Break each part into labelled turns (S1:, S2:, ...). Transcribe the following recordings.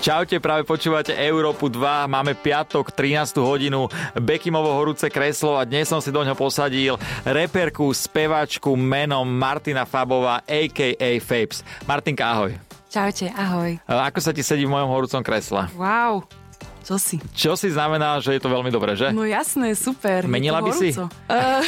S1: Čaute, práve počúvate Európu 2, máme piatok, 13. hodinu, Bekimovo horúce kreslo a dnes som si do ňoho posadil reperku, spevačku menom Martina Fabová, a.k.a. Fapes. Martinka, ahoj. E,
S2: Čaute, ahoj.
S1: Ako sa ti sedí v mojom horúcom kresle?
S2: Wow, čo si?
S1: Čo si znamená, že je to veľmi dobré, že?
S2: No jasné, super.
S1: Menila
S2: je to
S1: by si?
S2: horúco. Eh,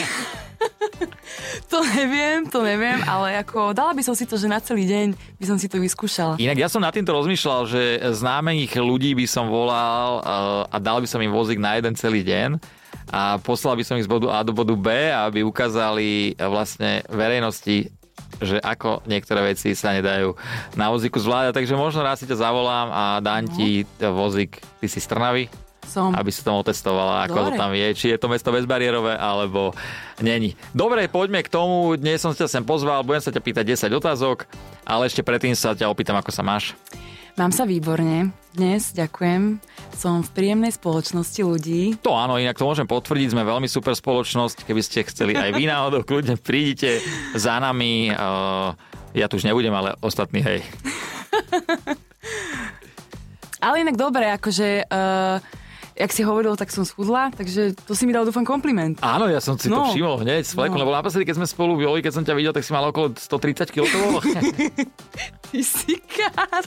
S2: to neviem, to neviem, ale ako dala by som si to, že na celý deň by som si to vyskúšala.
S1: Inak ja som nad týmto rozmýšľal, že známených ľudí by som volal eh, a dal by som im vozík na jeden celý deň a poslal by som ich z bodu A do bodu B, aby ukázali eh, vlastne verejnosti, že ako niektoré veci sa nedajú na vozíku zvládať. Takže možno raz si ťa zavolám a dám ti eh, vozík, ty si z Trnavy,
S2: Som.
S1: aby si tam otestovala, ako to
S2: Dobre.
S1: tam je, či je to mesto bezbariérové, alebo není. Dobre, poďme k tomu, dnes som ťa sem pozval, budem sa ťa pýtať 10 otázok, ale ešte predtým sa ťa opýtam, ako sa máš.
S2: Mám sa výborne. Dnes, ďakujem. Som v príjemnej spoločnosti ľudí.
S1: To áno, inak to môžem potvrdiť, sme veľmi super spoločnosť, keby ste chceli aj vy náhodou, kľudne prídite za nami. eh, Ja tu už nebudem, ale ostatní, hej.
S2: Ale inak dobre, akože... Uh, jak si hovoril, tak som schudla, takže to si mi dal dúfam kompliment.
S1: Áno, ja som si no.
S2: No.
S1: to všimol hneď z fleku, no.
S2: No.
S1: lebo naposledy, keď sme spolu boli, keď som ťa videl, tak si mal okolo 130 kg. to bolo?
S2: Ty si kár.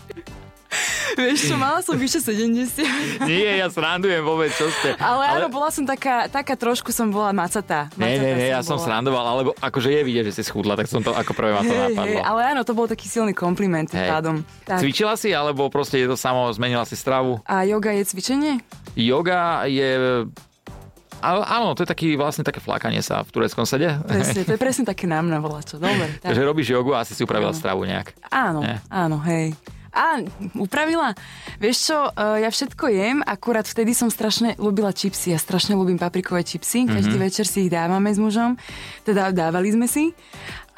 S2: Vieš čo, mala som vyše 70.
S1: Nie, ja srandujem vôbec, čo ste.
S2: Ale, ale áno, bola som taká, taká trošku som bola macatá.
S1: Nie,
S2: Macatá
S1: nie, nie, ja som
S2: bola.
S1: srandoval, alebo akože je vidieť, že si schudla, tak som to ako prvé ma to
S2: Hej, hej,
S1: napadlo.
S2: ale áno, to bol taký silný kompliment tým
S1: Hej.
S2: pádom. Tak.
S1: Cvičila si, alebo proste je to samo, zmenila si stravu?
S2: A yoga je cvičenie?
S1: Yoga je... Ale áno, to je taký vlastne také flákanie sa v tureckom sede.
S2: Presne, to je presne také nám na čo. Dobre, tak. No.
S1: Takže robíš jogu a asi si upravila stravu nejak.
S2: Áno,
S1: Nie.
S2: áno, hej. A upravila? Vieš čo, e, ja všetko jem, akurát vtedy som strašne ľúbila čipsy. Ja strašne ľúbim paprikové čipsy. Každý
S1: Mhm.
S2: večer si ich dávame s mužom. Teda dávali sme si.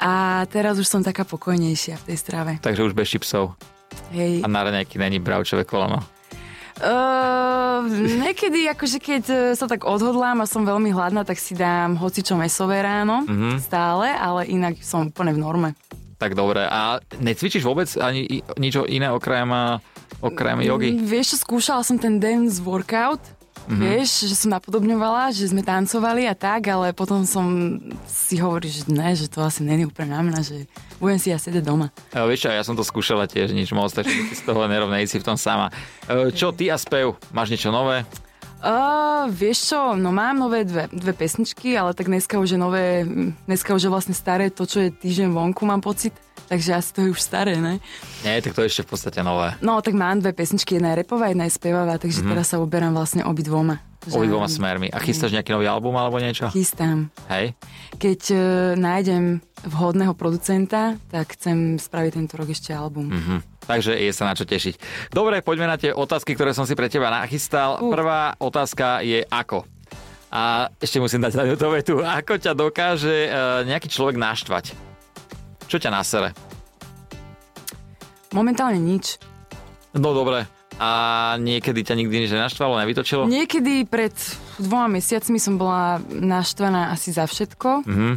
S2: A teraz už som taká pokojnejšia v tej strave.
S1: Takže už bez čipsov. A
S2: Hej.
S1: na raňajky není bravčové koleno.
S2: Uh, niekedy, akože keď eh, sa tak odhodlám a som veľmi hladná, tak si dám hocičo mesové ráno,
S1: Mhm.
S2: stále, ale inak som úplne v norme.
S1: Tak dobre. A necvičíš vôbec ani i- nič iné okrem, a- okrem jogy?
S2: Mm, Vieš, čo, skúšala som ten dance workout, Vieš, že som napodobňovala, že sme tancovali a tak, ale potom som si hovorí, že ne, že to asi není úplne na mňa, že budem si ja sedieť doma.
S1: E, Vieš čo, ja som to skúšala tiež nič moc, takže ty z toho nerovnej si v tom sama. E, Čo ty a spev? Máš niečo nové?
S2: Uh, vieš čo, no mám nové dve, dve pesničky, ale tak dneska už je nové, mm, dneska už je vlastne staré to, čo je týždeň vonku, mám pocit. Takže asi to je už staré, ne?
S1: Nie, tak to je ešte v podstate nové.
S2: No, tak mám dve pesničky, jedna je repová, jedna je spevavá, takže mm-hmm. teraz sa uberám vlastne obi dvoma.
S1: Mhm. Obidvoma smermi. A chystáš nejaký nový album alebo niečo?
S2: Chystám.
S1: Hej.
S2: Keď e, nájdem vhodného producenta, tak chcem spraviť tento rok ešte album. Mm.
S1: Mhm. Takže je sa na čo tešiť. Dobre, poďme na tie otázky, ktoré som si pre teba nachystal.
S2: Uh.
S1: Prvá otázka je ako. A ešte musím dať na ňu tú vetu. Ako ťa dokáže e, nejaký človek naštvať? Čo ťa nasere?
S2: Momentálne nič.
S1: No dobre. A niekedy ťa nikdy nič nenaštvalo, nevytočilo?
S2: Niekedy pred dvoma mesiacmi som bola naštvaná asi za všetko,
S1: Mhm.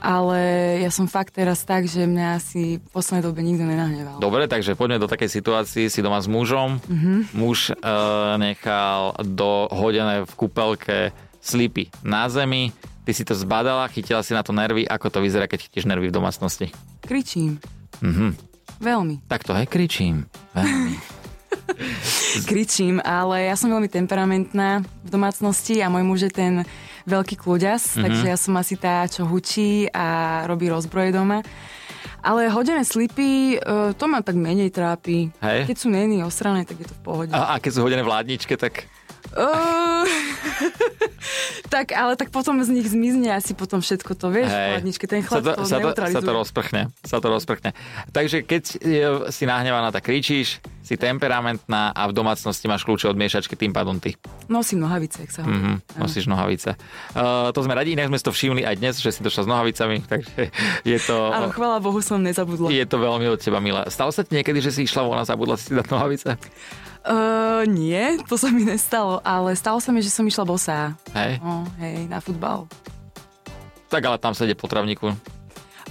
S2: ale ja som fakt teraz tak, že mňa asi v poslednej dobe nikto nenahneval.
S1: Dobre, takže poďme do takej situácii, si doma s mužom.
S2: Mhm.
S1: Muž e, nechal dohodené v kúpelke slipy na zemi. Ty si to zbadala, chytila si na to nervy. Ako to vyzerá, keď chytíš nervy v domácnosti?
S2: Kričím.
S1: Mhm.
S2: Veľmi.
S1: Tak to aj kričím. Veľmi.
S2: Kričím, ale ja som veľmi temperamentná v domácnosti a môj muž je ten veľký
S1: Mhm.
S2: kľuďas, mm-hmm. takže ja som asi tá, čo hučí a robí rozbroje doma. Ale hodené slipy, e, to ma tak menej trápi.
S1: Hej.
S2: Keď sú neni osrané, tak je to v pohode.
S1: A, a keď sú hodené v ládničke, tak...
S2: Uh, tak, ale tak potom z nich zmizne asi potom všetko to, vieš, v chladničke. Ten chlad to, to,
S1: sa, to, sa to
S2: neutralizuje.
S1: rozprchne. Sa to rozprchne. Takže keď e, si nahnevaná, tak kričíš, si temperamentná a v domácnosti máš kľúče od miešačky, tým pádom ty.
S2: Nosím nohavice, ak sa hovorí.
S1: Mhm, nosíš nohavice. Uh, to sme radi, inak sme si to všimli aj dnes, že si došla s nohavicami, takže je to,
S2: Áno, chvála Bohu som nezabudla.
S1: je to veľmi od teba milé. Stalo sa ti niekedy, že si išla von a zabudla si si dať nohavice?
S2: Uh, nie, to sa mi nestalo, ale stalo sa mi, že som išla bosá.
S1: Hej,
S2: No, hej, na futbal.
S1: tak ale tam sa ide po travníku.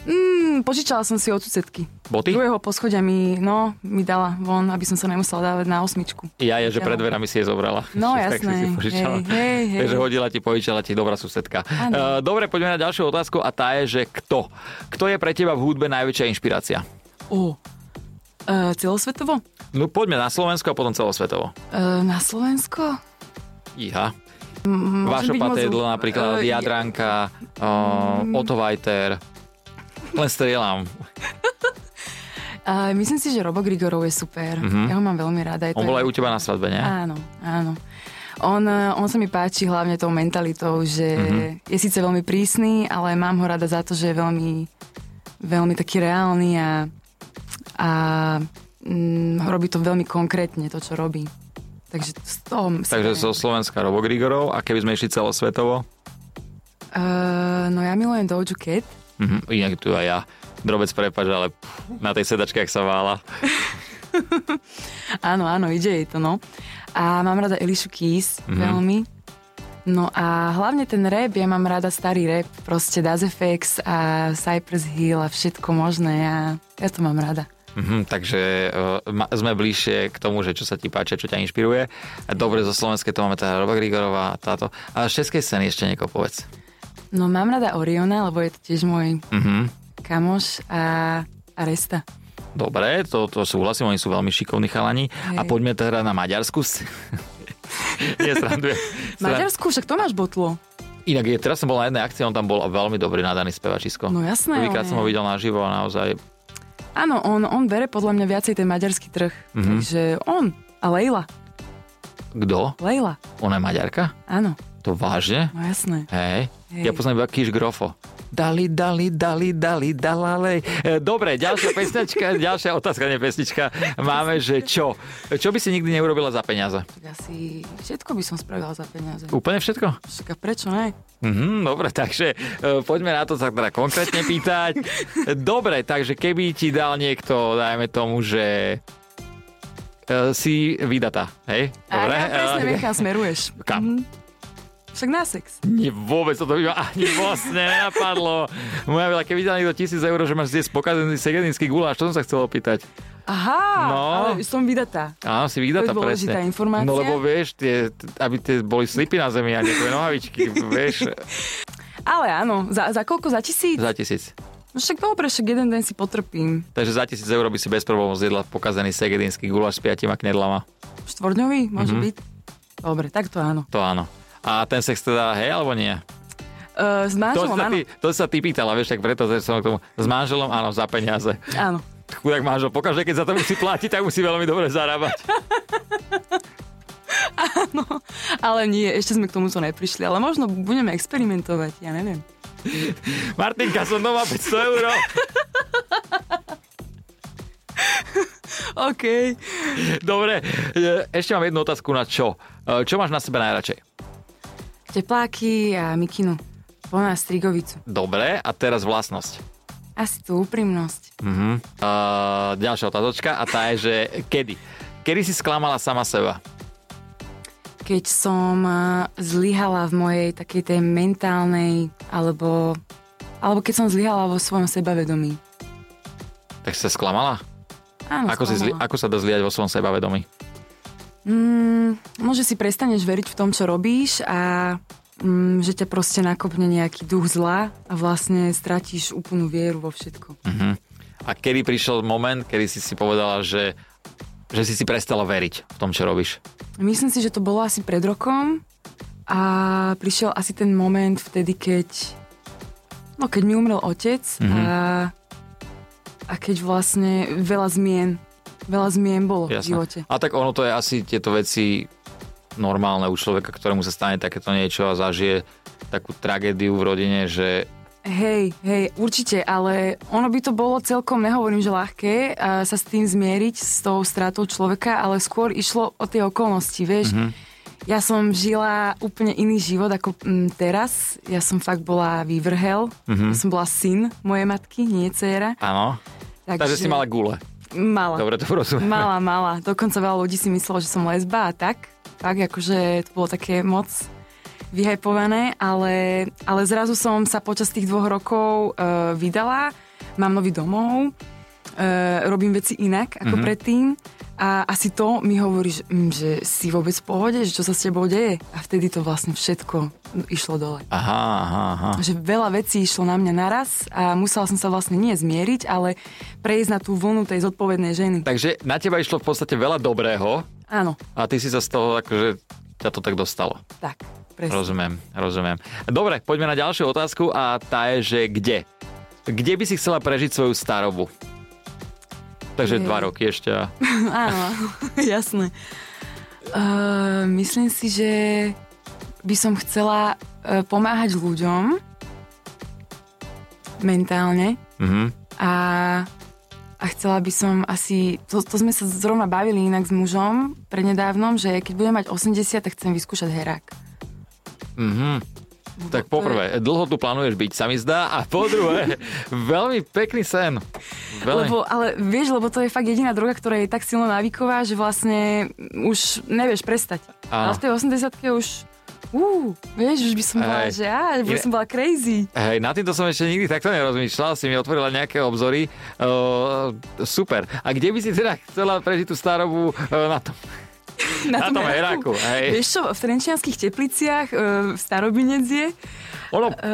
S2: Mm, požičala som si od susedky.
S1: Boty?
S2: Druhého poschodia mi, no, mi dala von, aby som sa nemusela dávať na osmičku.
S1: Ja je, že pred dverami si je zobrala.
S2: No,
S1: Že tak si
S2: jasné.
S1: si požičala.
S2: Hej, hej, hej.
S1: Takže hodila ti, požičala ti dobrá susedka.
S2: Áno.
S1: Eh, Dobre, poďme na ďalšiu otázku a tá je, že kto? Kto je pre teba v hudbe najväčšia inšpirácia?
S2: O, e, celosvetovo?
S1: No poďme na Slovensko a potom celosvetovo.
S2: E, na Slovensko?
S1: Iha.
S2: M- Mm-hmm. môžem
S1: Vašo
S2: byť moc-
S1: Patédlo napríklad,
S2: e,
S1: Jadranka, uh,
S2: Mm-hmm.
S1: Otto Vajter. Len strieľam.
S2: e, myslím si, že Robo Grigorov je super.
S1: Mhm.
S2: Ja ho mám veľmi rada. je
S1: On
S2: to-
S1: bol aj u teba na svadbe, nie?
S2: Áno, áno. On, e, on sa mi páči hlavne tou mentalitou, že
S1: Mhm.
S2: je síce veľmi prísny, ale mám ho rada za to, že je veľmi, veľmi taký reálny a, a mm, robí to veľmi konkrétne, to, čo robí. Takže z toho... si
S1: Takže
S2: beriem.
S1: zo Slovenska Robo Grigorov a keby sme išli celosvetovo,
S2: Eh, no ja milujem Doju Cat.
S1: Mhm, inak tu aj ja. Drobec prepač, ale pff, na tej sedačke, ak sa vála.
S2: Áno, áno, ide jej to, no. A mám rada Elišu
S1: Mhm.
S2: Keys mm-hmm. veľmi. No a hlavne ten rap, ja mám rada starý rap, proste Daz FX a Cypress Hill a všetko možné a ja to mám rada.
S1: Mhm, takže uh, ma, sme bližšie k tomu, že čo sa ti páči, čo ťa inšpiruje. Dobre, zo slovenskej to máme teda Roba Grigorová a táto. A z českej scény ešte niekoho povedz.
S2: No mám rada Oriona, lebo je to tiež môj
S1: Mhm.
S2: kamoš a, a Resta.
S1: Dobre, to, to súhlasím, oni sú veľmi šikovní chalani. A
S2: Hej.
S1: poďme teda na Maďarsku. Nie, srandujem. Sran-
S2: Maďarsku, však to máš botlo.
S1: Inak je, teraz som bol na jednej akcii, on tam bol veľmi dobrý nadaný spevačisko.
S2: No jasné,
S1: Prvýkrát
S2: on
S1: som ho
S2: je.
S1: videl naživo a naozaj
S2: Áno, on, on bere podľa mňa viacej ten maďarský trh.
S1: Mhm.
S2: Takže on a Leila.
S1: Kto?
S2: Leila,
S1: Ona je Maďarka?
S2: áno,
S1: To vážne?
S2: no jasné.
S1: Hej.
S2: Hej.
S1: Ja poznám iba Kiš Grofo. Dali, dali, dali, dali, dalalej. E, Dobre, ďalšia pesnička, ďalšia otázka, nie pesnička. Máme, že čo? E, Čo by si nikdy neurobila za peniaze?
S2: Tak asi všetko by som spravila za peniaze.
S1: Úplne všetko?
S2: Však a prečo ne?
S1: Mhm, dobre, takže e, poďme na to sa teda konkrétne pýtať. Dobre, takže keby ti dal niekto, dajme tomu, že e, si vydatá, hej? Dobre?
S2: A ja presne
S1: E,
S2: viem, kam smeruješ.
S1: Kam?
S2: Mhm. Však na sex.
S1: Nie, vôbec toto by ma ani vlastne nenapadlo. Moja veľa, keby dal niekto tisíc eur, že máš zjesť pokazený segedinský guláš, to som sa chcel opýtať.
S2: Aha,
S1: No.
S2: ale som vydatá.
S1: Áno, si vydatá
S2: To je dôležitá
S1: presne.
S2: informácia.
S1: No lebo vieš, tie, aby tie boli slipy na zemi a nie tvoje nohavičky, vieš,
S2: Ale áno, za, za koľko? Za tisíc?
S1: za tisíc.
S2: No však dobre, však jeden deň si potrpím.
S1: Takže za tisíc eur by si bez problémov zjedla pokazený segedinský guláš s piatima knedlama.
S2: Štvorňový môže
S1: Mhm.
S2: byť? Dobre, tak to áno.
S1: To áno. A ten sex teda, hej, alebo nie?
S2: Uh, s
S1: To
S2: manželom,
S1: sa,
S2: áno.
S1: ty, to sa ty pýtala, vieš, tak preto že som k tomu. S manželom, áno, za peniaze.
S2: áno.
S1: Chudák manžel, pokaždé, keď za to musí platiť, tak musí veľmi dobre zarábať.
S2: Ale nie, ešte sme k tomuto neprišli. Ale možno budeme experimentovať, ja neviem.
S1: Martinka, som doma 500 eur.
S2: OK.
S1: Dobre, e, ešte mám jednu otázku na čo. E, Čo máš na sebe najradšej?
S2: Tepláky a mikinu. Po nás strigovicu.
S1: Dobre, a teraz vlastnosť.
S2: Asi tú úprimnosť.
S1: Mhm. Uh, ďalšia otázočka a tá je, že kedy? Kedy si sklamala sama seba?
S2: keď som eh, zlyhala v mojej takej tej mentálnej, alebo, alebo keď som zlyhala vo svojom sebavedomí.
S1: Tak si sa sklamala?
S2: Áno,
S1: Ako, si zli,
S2: sklamala.
S1: ako sa dá zliať vo svojom sebavedomí?
S2: Mm, no, že si prestaneš veriť v tom, čo robíš a mm, že ťa proste nakopne nejaký duch zla a vlastne stratíš úplnú vieru vo všetko.
S1: Mhm. A kedy prišiel moment, kedy si si povedala, že, že si si prestala veriť v tom, čo robíš?
S2: Myslím si, že to bolo asi pred rokom a prišiel asi ten moment vtedy, keď no keď mi umrel otec
S1: Mhm.
S2: mm-hmm. a, a keď vlastne veľa zmien veľa zmien bolo v živote.
S1: A tak ono to je asi tieto veci normálne u človeka, ktorému sa stane takéto niečo a zažije takú tragédiu v rodine, že
S2: Hej, hej, určite, ale ono by to bolo celkom, nehovorím, že ľahké a sa s tým zmieriť, s tou stratou človeka, ale skôr išlo o tie okolnosti, vieš.
S1: Mhm.
S2: Mm-hmm. Ja som žila úplne iný život ako mm, teraz. Ja som fakt bola vývrhel.
S1: Mhm.
S2: Mm-hmm. Ja som bola syn mojej matky, nie dcéra.
S1: áno. Takže si mala gule.
S2: Mala.
S1: Dobre, to rozumiem.
S2: Mala, mala. Dokonca veľa ľudí si myslelo, že som lesba a tak. Tak, akože to bolo také moc vyhajpované, ale, ale zrazu som sa počas tých dvoch rokov e, vydala mám nový domov, e, robím veci inak ako mm-hmm. predtým a asi to mi hovoríš, mm, že si vôbec v pohode, že čo sa s tebou deje a vtedy to vlastne všetko išlo dole.
S1: Aha, aha, aha.
S2: Že veľa vecí išlo na mňa naraz a musela som sa vlastne nie zmieriť, ale prejsť na tú vlnu tej zodpovednej ženy.
S1: Takže na teba išlo v podstate veľa dobrého
S2: Áno,
S1: a ty si sa z toho akože ťa to tak dostalo.
S2: tak, presne.
S1: Rozumiem, rozumiem. Dobre, poďme na ďalšiu otázku a tá je, že kde? Kde by si chcela prežiť svoju starobu? Takže
S2: Je.
S1: dva roky ešte. a-
S2: Áno, jasné. Uh, myslím si, že by som chcela uh, pomáhať ľuďom mentálne
S1: Mhm.
S2: a, a chcela by som asi, to, to sme sa zrovna bavili inak s mužom prednedávnom, že keď budem mať 80, tak chcem vyskúšať herák.
S1: Mhm. Tak poprvé, dlho tu plánuješ byť, sa mi zdá. A po druhé, veľmi pekný sen. Veľmi.
S2: Lebo, ale vieš, lebo to je fakt jediná droga, ktorá je tak silno návyková, že vlastne už nevieš prestať.
S1: Áno.
S2: Ale v tej 80 už, ú, vieš, už by som bola,
S1: Hej.
S2: že á, by
S1: Je-
S2: som bola crazy.
S1: Hej, na týmto som ešte nikdy takto nerozmýšľal, si mi otvorila nejaké obzory. Uh, super. A kde by si teda chcela prežiť tú starobu uh, na tom, na tom heráku?
S2: heraku.
S1: Hej.
S2: Vieš čo, v Trenčianských tepliciach e, v Starobinec je.
S1: Ono,
S2: E,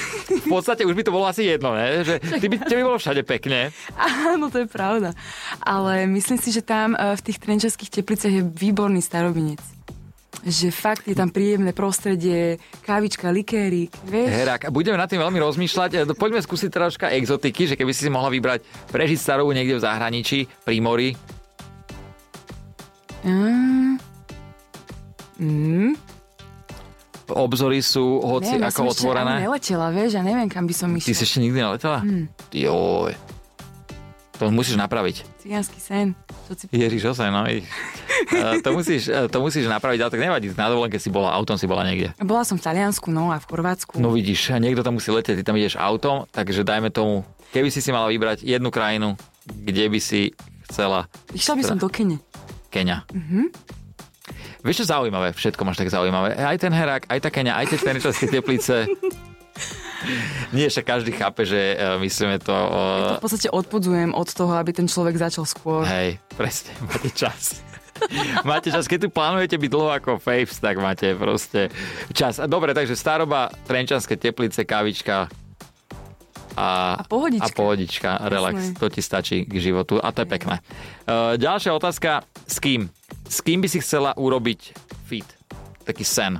S1: v podstate už by to bolo asi jedno, ne? že ty by, tebe bolo všade pekne.
S2: áno, to je pravda. Ale myslím si, že tam e, v tých Trenčianských tepliciach je výborný Starobinec. Že fakt je tam príjemné prostredie, kávička, likérik, vieš.
S1: Herák, budeme nad tým veľmi rozmýšľať. E, Poďme skúsiť troška exotiky, že keby si si mohla vybrať prežiť starobu niekde v zahraničí, pri mori.
S2: Mm. Mm.
S1: Obzory sú hoci
S2: Neviem, ja som
S1: ako
S2: ešte
S1: otvorené.
S2: ani neletela, vieš, ja neviem, kam by som
S1: Ty si
S2: išla.
S1: ešte nikdy neletela? Hmm. Joj. To musíš napraviť.
S2: Cigánsky sen. Čo si...
S1: Ježiš, ozaj, no. vidíš. E, to, musíš, e, to musíš napraviť, ale tak nevadí. Na dovolenke si bola, autom si bola niekde.
S2: Bola som v Taliansku, no a v Chorvátsku.
S1: No vidíš, niekto tam musí letieť, ty tam ideš autom, takže dajme tomu, keby si si mala vybrať jednu krajinu, kde by si chcela
S2: Išla by som
S1: teda-
S2: do Kene.
S1: Kenia. Mm-hmm. Vieš čo zaujímavé? Všetko máš tak zaujímavé. Aj ten herák, aj tá Kenia, aj tie tenisovské teplice. Nie, však každý chápe, že e, myslíme to... e,
S2: V podstate odpudzujem od toho, aby ten človek začal skôr.
S1: Hej, presne, máte čas. máte čas, keď tu plánujete byť dlho ako faves, tak máte proste čas. A Dobre, takže staroba, trenčanské teplice, kavička a,
S2: A pohodička.
S1: A pohodička, relax,
S2: Jasné.
S1: to ti stačí k životu a to je pekné. Uh, ďalšia otázka, s kým? S kým by si chcela urobiť fit? Taký sen.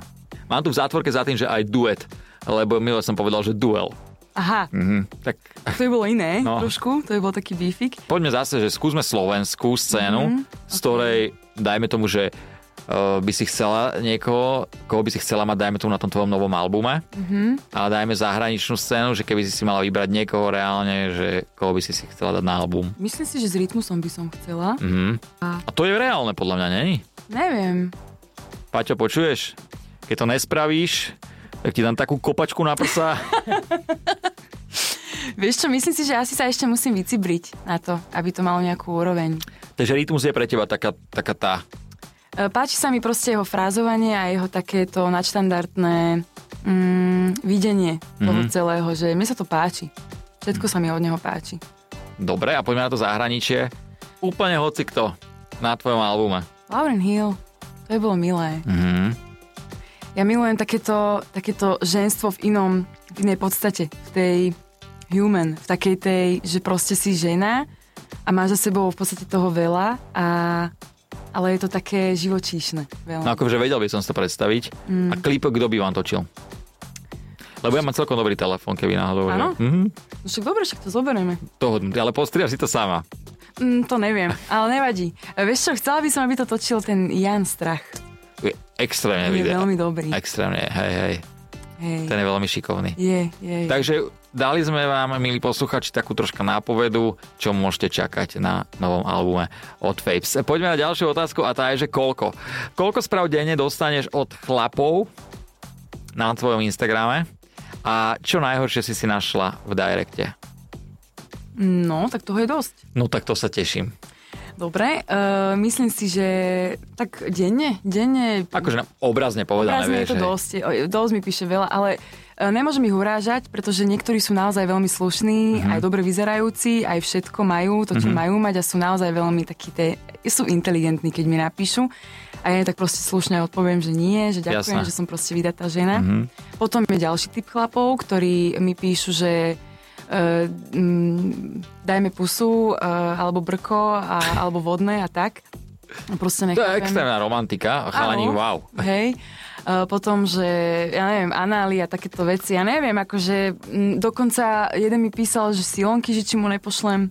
S1: Mám tu v zátvorke za tým, že aj duet, lebo minule som povedal, že duel.
S2: Aha,
S1: Mhm. Tak
S2: to je bolo iné
S1: No.
S2: trošku, to je bol taký bífik.
S1: poďme zase, že skúsme slovenskú scénu, mm-hmm. z ktorej, dajme tomu, že uh, by si chcela niekoho, koho by si chcela mať, dajme tomu na tom tvojom novom albume, mm-hmm. ale dajme zahraničnú scénu, že keby si si mala vybrať niekoho reálne, že koho by si si chcela dať na album.
S2: Myslím si, že s rytmusom by som chcela.
S1: Mm-hmm.
S2: A-
S1: A to je reálne, podľa mňa, není?
S2: Neviem.
S1: Paťo, počuješ? Keď to nespravíš, tak ti dám takú kopačku na prsa.
S2: Vieš čo, myslím si, že asi sa ešte musím vycibriť na to, aby to malo nejakú úroveň.
S1: Takže rytmus je pre teba taká, taká tá.
S2: E, Páči sa mi proste jeho frázovanie a jeho takéto nadštandardné mm, videnie toho celého, že mne sa to páči. Všetko sa mi od neho páči.
S1: Dobre, a poďme na to zahraničie. Úplne hoci kto na tvojom albume.
S2: Lauren Hill, to je bolo milé.
S1: Mhm.
S2: Ja milujem takéto, takéto ženstvo v inom, v inej podstate, v tej human, v takej tej, že proste si žena a máš za sebou v podstate toho veľa a ale je to také živočíšne.
S1: No
S2: Veľa.
S1: akože vedel by som si to predstaviť. Mm. A klip, kto by vám točil? Lebo ja mám celkom dobrý telefón, keby náhodou.
S2: Áno?
S1: Mm-hmm.
S2: No však dobre, však to zoberieme.
S1: ale postriaš si to sama.
S2: Mm, to neviem, ale nevadí. E, Vieš čo, chcela by som, aby to točil ten Jan Strach.
S1: Je extrémne
S2: On je
S1: video.
S2: veľmi dobrý.
S1: Extrémne, hej, hej.
S2: Hej.
S1: Ten je veľmi šikovný.
S2: Je, je, je.
S1: Takže dali sme vám, milí posluchači, takú troška nápovedu, čo môžete čakať na novom albume od Fapes. Poďme na ďalšiu otázku a tá je, že koľko? Koľko správ denne dostaneš od chlapov na tvojom Instagrame a čo najhoršie si si našla v direkte?
S2: No, tak toho je dosť.
S1: No tak to sa teším.
S2: Dobre, uh, myslím si, že tak denne, denne
S1: Akože na- obrazne povedané,
S2: Obrazne
S1: vieš.
S2: je to
S1: hej.
S2: dosť, je- dosť mi píše veľa, ale E, Nemôžem ich urážať, pretože niektorí sú naozaj veľmi slušní,
S1: Mhm.
S2: aj dobre vyzerajúci, aj všetko majú, to, čo majú mať a sú naozaj veľmi takí, te, sú inteligentní, keď mi napíšu. A ja im tak proste slušne odpoviem, že nie, že ďakujem,
S1: Jasné. Mhm.
S2: že som proste vydatá žena. Potom je ďalší typ chlapov, ktorí mi píšu, že eh, mm, dajme pusu, eh, alebo brko, a, alebo vodné a tak.
S1: To je
S2: Proste nechápem.
S1: extrémna romantika. Chalani,
S2: Áno.
S1: wow.
S2: Hej. E, Potom, že ja neviem, anály a takéto veci, ja neviem, akože m, dokonca jeden mi písal, že silonky, že či mu nepošlem.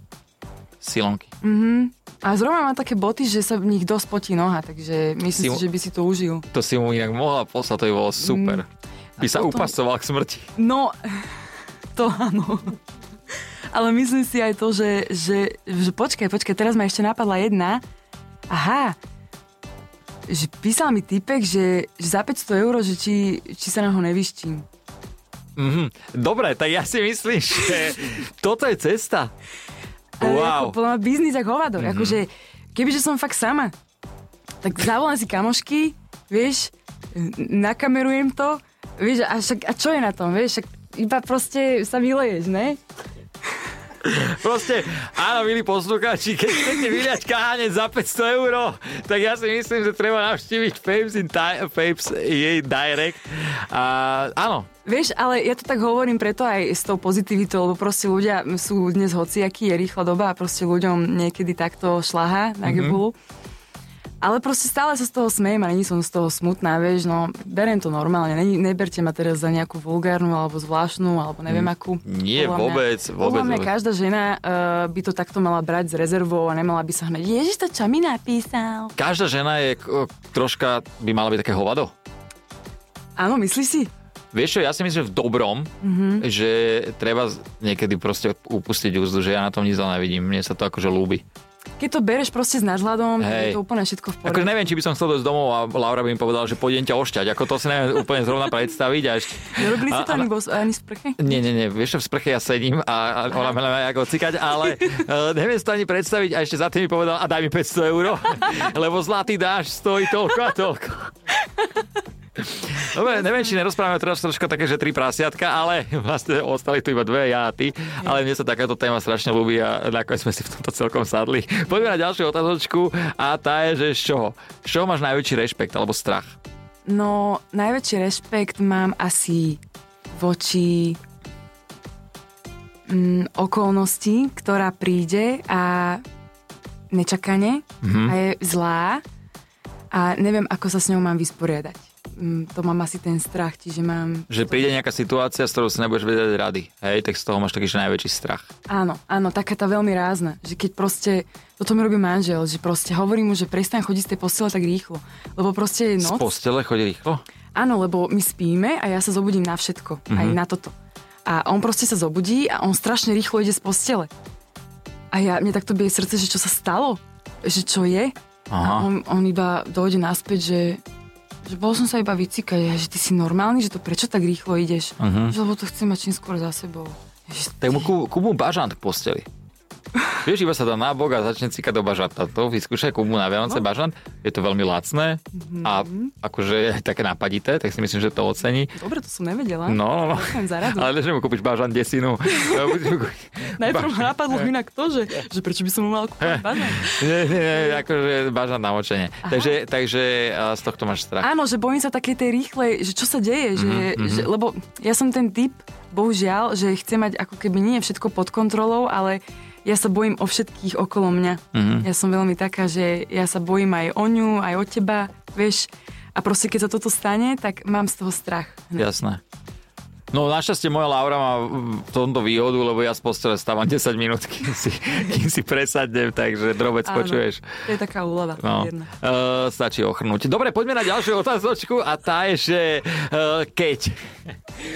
S1: Silonky.
S2: Mhm. A zrovna má také boty, že sa v nich dosť potí noha, takže myslím
S1: Sil-
S2: si, že by si to užil.
S1: To si mu inak mohla poslať, to by bolo super. By sa
S2: Mm. potom-
S1: upasoval k smrti.
S2: No, to áno. Ale myslím si aj to, že, že, že počkaj, počkaj, teraz ma ešte napadla jedna. Aha, že písal mi typek, že, že za 500 eur, že či, či sa na ho nevyštím.
S1: Mhm. Dobre, tak ja si myslím, že toto je cesta.
S2: Ale
S1: Wow.
S2: Ako, podľa mňa biznis ako hovado. Mm-hmm. Akože, kebyže som fakt sama, tak zavolám si kamošky, vieš, n- nakamerujem to, vieš, a, však, a čo je na tom, vieš, však iba proste sa vyleješ, ne?
S1: Proste, áno, milí poslucháči, keď chcete vyliať kahánec za 500 eur, tak ja si myslím, že treba navštíviť Fapes, in di- Fapes jej direct. A, áno,
S2: Vieš, ale ja to tak hovorím preto aj s tou pozitivitou, lebo proste ľudia sú dnes hociakí, je rýchla doba a proste ľuďom niekedy takto
S1: Mhm.
S2: šlaha na gebulu. Ale proste stále sa z toho smejem a není som z toho smutná, vieš, no beriem to normálne, není, neberte ma teraz za nejakú vulgárnu alebo zvláštnu, alebo neviem akú.
S1: nie,
S2: Podľa
S1: vôbec,
S2: mňa,
S1: vôbec,
S2: Podľa mňa
S1: vôbec.
S2: každá žena uh, by to takto mala brať s rezervou a nemala by sa hneď, ježiš, to čo mi napísal?
S1: Každá žena je k- troška, by mala byť také hovado.
S2: Áno, myslíš si?
S1: Vieš čo, ja si myslím že v dobrom, mm-hmm. že treba z- niekedy proste upustiť úzdu, že ja na tom nič zle nevidím. Mne sa to akože ľúbi.
S2: Keď to bereš proste s nadhľadom, tak
S1: Hej.
S2: je to úplne všetko v poriadku.
S1: Akože neviem, či by som chcel dosť domov a Laura by mi povedala, že pôjdem ťa ošťať. Ako to si neviem úplne zrovna predstaviť. A ešte...
S2: Nerobili si
S1: A-
S2: to
S1: ale-
S2: ani, bos, ani z prchy?
S1: Nie, nie, nie, vieš, čo, v sprche ja sedím a, a ona ma nemá ako cikať, ale uh, neviem si to ani predstaviť a ešte za tým mi povedal, a daj mi 500 eur, lebo zlatý dáš stojí toľko a toľko. Dobre, neviem, či nerozprávame teraz troška také, že tri prasiatka, ale vlastne ostali tu iba dve, ja a ty. Ale mne sa takáto téma strašne ľúbi a nakoniec sme si v tomto celkom sadli. Poďme na ďalšiu otázočku a tá je, že z čoho? Z čoho máš najväčší rešpekt alebo strach?
S2: No, najväčší rešpekt mám asi voči mm, okolnosti, ktorá príde a nečakane a je zlá a neviem, ako sa s ňou mám vysporiadať. Mm, to mám asi ten strach, čiže mám...
S1: Že príde nejaká situácia, s ktorou si nebudeš vedieť rady. Hej, tak z toho máš taký, že najväčší strach.
S2: Áno, áno, taká tá veľmi rázna, že keď proste, toto mi robí manžel, že proste hovorím mu, že prestaň chodiť z tej postele tak rýchlo, lebo proste je
S1: Z
S2: noc.
S1: postele chodí rýchlo?
S2: Áno, lebo my spíme a ja sa zobudím na všetko, mm-hmm.
S1: Mhm.
S2: aj na toto. A on proste sa zobudí a on strašne rýchlo ide z postele. A ja, mne takto bije srdce, že čo sa stalo, že čo je. A
S1: Aha.
S2: on, on iba dojde naspäť, že, že bol som sa iba vycikať, ja, že ty si normálny, že to prečo tak rýchlo ideš.
S1: Mhm.
S2: Že lebo to chcem mať čím skôr za sebou. Ježiš,
S1: Tak mu kú, kúbu bažant k posteli. Vieš, iba sa dá na bok a začne cikať do bažanta. To vyskúšaj kúbu na Vianoce bažant. Je to veľmi lacné
S2: Mhm.
S1: a akože aj také napadité, tak si myslím, že to ocení.
S2: Dobre, to som nevedela.
S1: No, no, no.
S2: Ďakujem za radu.
S1: Ale že mu kúpiš bažant desinu. To budeš mu kúpiť-
S2: Najprv
S1: bažant.
S2: ma napadlo inak to, že, že prečo by som mu mal kúpať bazén.
S1: Nie, nie, nie, akože bažant na močenie. Takže, takže a z tohto máš strach.
S2: Áno, že bojím sa také tej rýchlej, že čo sa deje, že,
S1: Mhm,
S2: že, lebo ja som ten typ, bohužiaľ, že chce mať ako keby nie všetko pod kontrolou, ale ja sa bojím o všetkých okolo mňa.
S1: Mhm.
S2: Ja som veľmi taká, že ja sa bojím aj o ňu, aj o teba, vieš. A proste keď sa toto stane, tak mám z toho strach.
S1: Jasné. No našťastie moja Laura má v tomto výhodu, lebo ja z postele stávam 10 minút, kým si, kým si presadnem, takže drobec
S2: Áno.
S1: počuješ.
S2: To je taká úlava.
S1: No,
S2: No.
S1: uh, stačí ochrnúť. Dobre, poďme na ďalšiu otázočku a tá je, že uh, keď.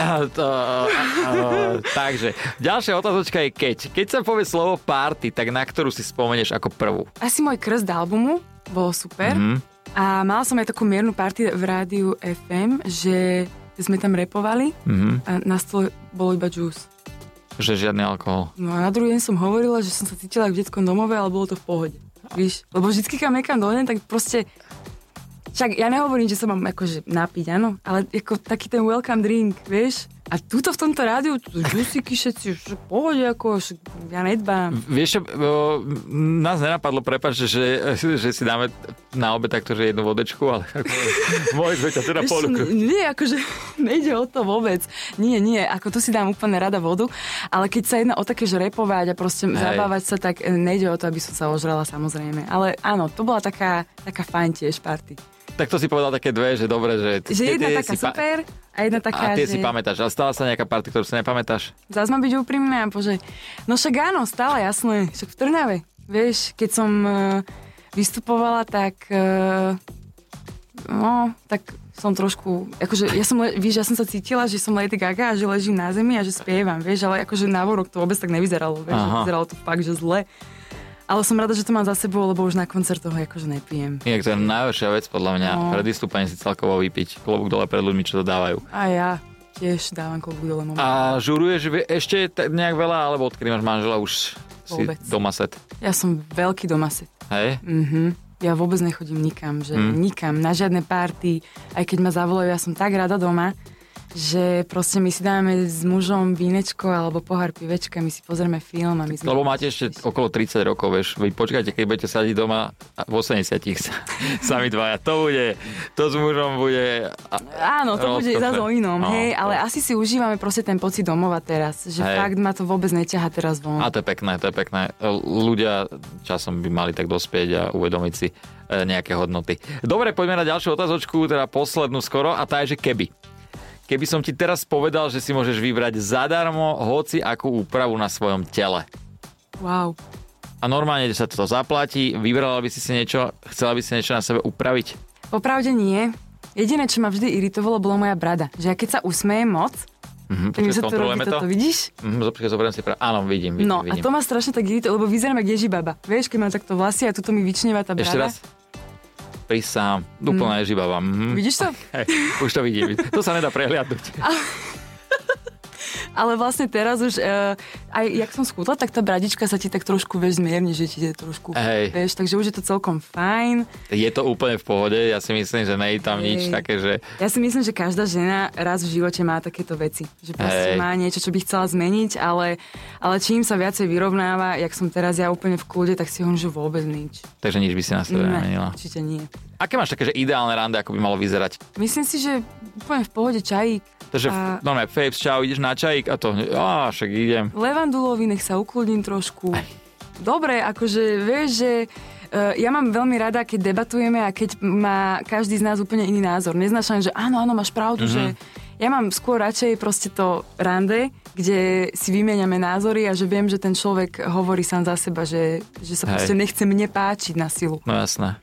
S1: A to, a- a- takže, ďalšia otázočka je keď. Keď sa povie slovo party, tak na ktorú si spomenieš ako prvú?
S2: Asi môj krst albumu bolo super.
S1: Mhm.
S2: A mala som aj takú miernu party v rádiu FM, že sme tam repovali
S1: Mhm.
S2: a na stole bolo iba juice.
S1: Že žiadny alkohol.
S2: No a na druhý deň som hovorila, že som sa cítila ako v detskom domove, ale bolo to v pohode. Víš, lebo vždycky kam niekam dojdem, tak proste Však ja nehovorím, že sa mám akože napiť, áno, ale ako taký ten welcome drink, vieš? A tuto v tomto rádiu, žusiky všetci, však pohode, ako, však ja nedbám.
S1: Vieš, čo, o, nás nenapadlo, prepáč, že, že si dáme na obe takto, že jednu vodečku, ale ako, môj sme ťa teda
S2: Vieš,
S1: polúkli.
S2: n- nie, akože nejde o to vôbec. Nie, nie, ako tu si dám úplne rada vodu, ale keď sa jedná o také, že repovať a proste
S1: Hej.
S2: zabávať sa, tak e, nejde o to, aby som sa ožrala samozrejme. Ale áno, to bola taká, taká fajn tiež party.
S1: Tak to si povedal také dve, že dobre, že... tie-
S2: Že jedna
S1: tie
S2: taká
S1: si pa-
S2: super a jedna taká,
S1: a tie si
S2: že...
S1: pamätáš. A stala sa nejaká party, ktorú si nepamätáš?
S2: Zás mám byť úprimná, bože. No však áno, stále jasné, však v Trnave. Vieš, keď som e, vystupovala, tak e, no, tak som trošku, akože ja som, le- víš, ja som sa cítila, že som Lady Gaga a že ležím na zemi a že spievam, vieš, ale akože na vonok to vôbec tak nevyzeralo, vieš, že
S1: Aha.
S2: vyzeralo to fakt, že zle. Ale som rada, že to mám za sebou, lebo už na koncert toho akože nepijem.
S1: Nie, to je najhoršia vec podľa mňa.
S2: No.
S1: Pred vystúpením si celkovo vypiť. Klobúk dole pred ľuďmi, čo to dávajú.
S2: A ja tiež dávam klobúk dole moment.
S1: A žuruješ vie- ešte t- nejak veľa, alebo odkedy máš manžela už si
S2: Vôbec.
S1: doma set.
S2: Ja som veľký domaset.
S1: Hej?
S2: Mm-hmm. Ja vôbec nechodím nikam, že
S1: Mm.
S2: mm. nikam, na žiadne party, aj keď ma zavolajú, ja som tak rada doma, že proste my si dáme s mužom vínečko alebo pohár pivečka, my si pozrieme film a my sme...
S1: Lebo máte ešte okolo 30 rokov, vieš. Vy počkajte, keď budete sadiť doma a v 80 sa, sami dvaja. To bude, to s mužom bude... A,
S2: Áno, to bude
S1: Rozkoše.
S2: zase o inom,
S1: No, to-
S2: hej, ale asi si užívame proste ten pocit domova teraz, že
S1: Hej.
S2: fakt ma to vôbec neťaha teraz von.
S1: a to je pekné, to je pekné. Ľudia časom by mali tak dospieť a uvedomiť si e, nejaké hodnoty. Dobre, poďme na ďalšiu otázočku, teda poslednú skoro, a tá je, že keby. Keby som ti teraz povedal, že si môžeš vybrať zadarmo hoci akú úpravu na svojom tele.
S2: Wow.
S1: a normálne sa to zaplatí, vybrala by si si niečo, chcela by si niečo na sebe upraviť.
S2: Popravde nie. Jediné, čo ma vždy iritovalo, bola moja brada. Že ja keď sa usmejem moc,
S1: Mhm,
S2: tak
S1: počkaj,
S2: mi sa tu robí
S1: skontrolujeme to.
S2: toto, vidíš?
S1: Mhm, počkaj, zoberiem si pra... Áno, vidím, vidím,
S2: No a
S1: vidím.
S2: to ma strašne tak irituje, lebo vyzerám jak ježi baba. Vieš, keď mám takto vlasy a tuto mi vyčneva tá
S1: Ešte
S2: brada.
S1: raz. Prisám, úplná mm. žibava. Mhm.
S2: Vidíš to?
S1: Hej, už to vidím. To sa nedá prehliadnúť.
S2: Ale vlastne teraz už, e, aj jak som schudla, tak tá bradička sa ti tak trošku, vieš, zmierne, že ti ide trošku,
S1: Hej.
S2: vieš, takže už je to celkom fajn.
S1: Je to úplne v pohode, ja si myslím, že nie je tam nič
S2: Hej.
S1: také, že...
S2: Ja si myslím, že každá žena raz v živote má takéto veci. Že proste
S1: Hej.
S2: má niečo, čo by chcela zmeniť, ale, ale čím sa viacej vyrovnáva, jak som teraz ja úplne v kľude, tak si hovorím, že vôbec nič.
S1: Takže nič by si na sebe nemenila.
S2: určite nie.
S1: Aké máš také, že ideálne rande, ako by malo vyzerať?
S2: Myslím si, že úplne v pohode čajík.
S1: Takže a...
S2: A-
S1: normálne, Fapes, čau, ideš na čajík a to... Á, však idem.
S2: Levandulovi, nech sa ukludním trošku. Dobre, akože vieš, že eh, ja mám veľmi rada, keď debatujeme a keď má každý z nás úplne iný názor. Neznášam, že áno, áno, máš
S1: Mhm.
S2: pravdu, mm-hmm. že ja mám skôr radšej proste to rande, kde si vymieňame názory a že viem, že ten človek hovorí sám za seba, že, že sa
S1: Hej.
S2: proste nechce mne páčiť na silu.
S1: No jasné.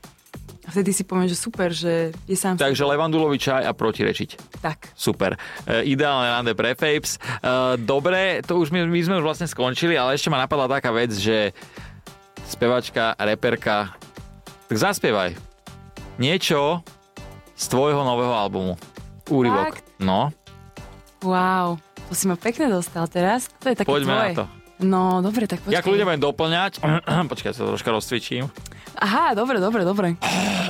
S2: A vtedy si poviem, že super, že je sám tak.
S1: Takže levandulový čaj a protirečiť.
S2: tak.
S1: Super. E, ideálne rande pre Fapes. E, dobre, to už my, my sme už vlastne skončili, ale ešte ma napadla taká vec, že spevačka, reperka, tak zaspievaj niečo z tvojho nového albumu. Úryvok.
S2: Fakt?
S1: No,
S2: Wow, to si ma pekne dostal teraz. To je také
S1: poďme
S2: tvoje.
S1: na to.
S2: No, dobre, tak počkaj.
S1: Ja kľudne budem doplňať. Počkaj, sa troška rozcvičím.
S2: Aha, dobre, dobre, dobre.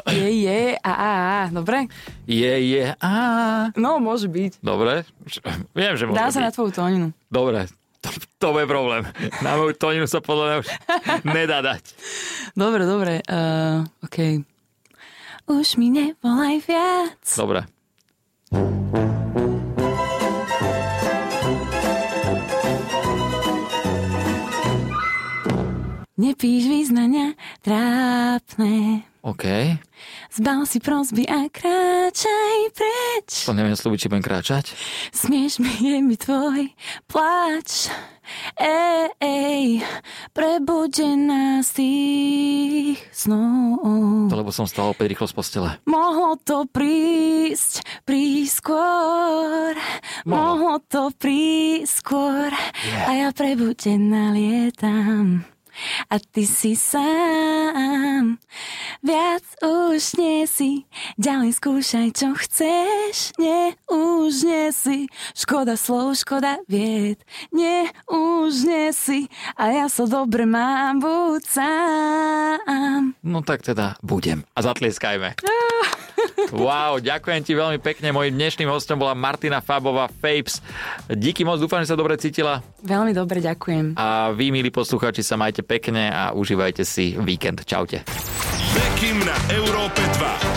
S2: Je, je, a, a, a, dobre?
S1: Je, je, á.
S2: No, môže byť.
S1: Dobre, viem, že môže
S2: Dá sa
S1: byť.
S2: na tvoju tóninu.
S1: Dobre, to, to bude problém. Na moju toninu sa podľa mňa už nedá dať.
S2: Dobre, dobre, uh, OK. Už mi nevolaj viac.
S1: Dobre.
S2: Nepíš význania trápne.
S1: OK.
S2: Zbal si prosby a kráčaj preč.
S1: To neviem slúbiť, či budem kráčať.
S2: Smieš mi, je mi tvoj pláč. Ej, ej, prebudená z tých snov.
S1: To lebo som stal opäť rýchlo z postele.
S2: Mohlo to prísť, prísť skôr. Mohlo, to prísť skôr.
S1: Yeah.
S2: A ja prebudená lietam. A ty si sám. Viac už nie si. Ďalej skúšaj, čo chceš. Nie, už nie si. Škoda slov, škoda vied. Nie, už nie si. A ja sa dobre mám, buď sám.
S1: No tak teda budem. A zatlieskajme. Wow, ďakujem ti veľmi pekne. Mojím dnešným hostom bola Martina Fabová Fapes. Díky moc, dúfam, že sa dobre cítila.
S2: Veľmi dobre, ďakujem.
S1: A vy, milí posluchači, sa majte pekne a užívajte si víkend. Čaute.
S3: Bekim na Európe 2.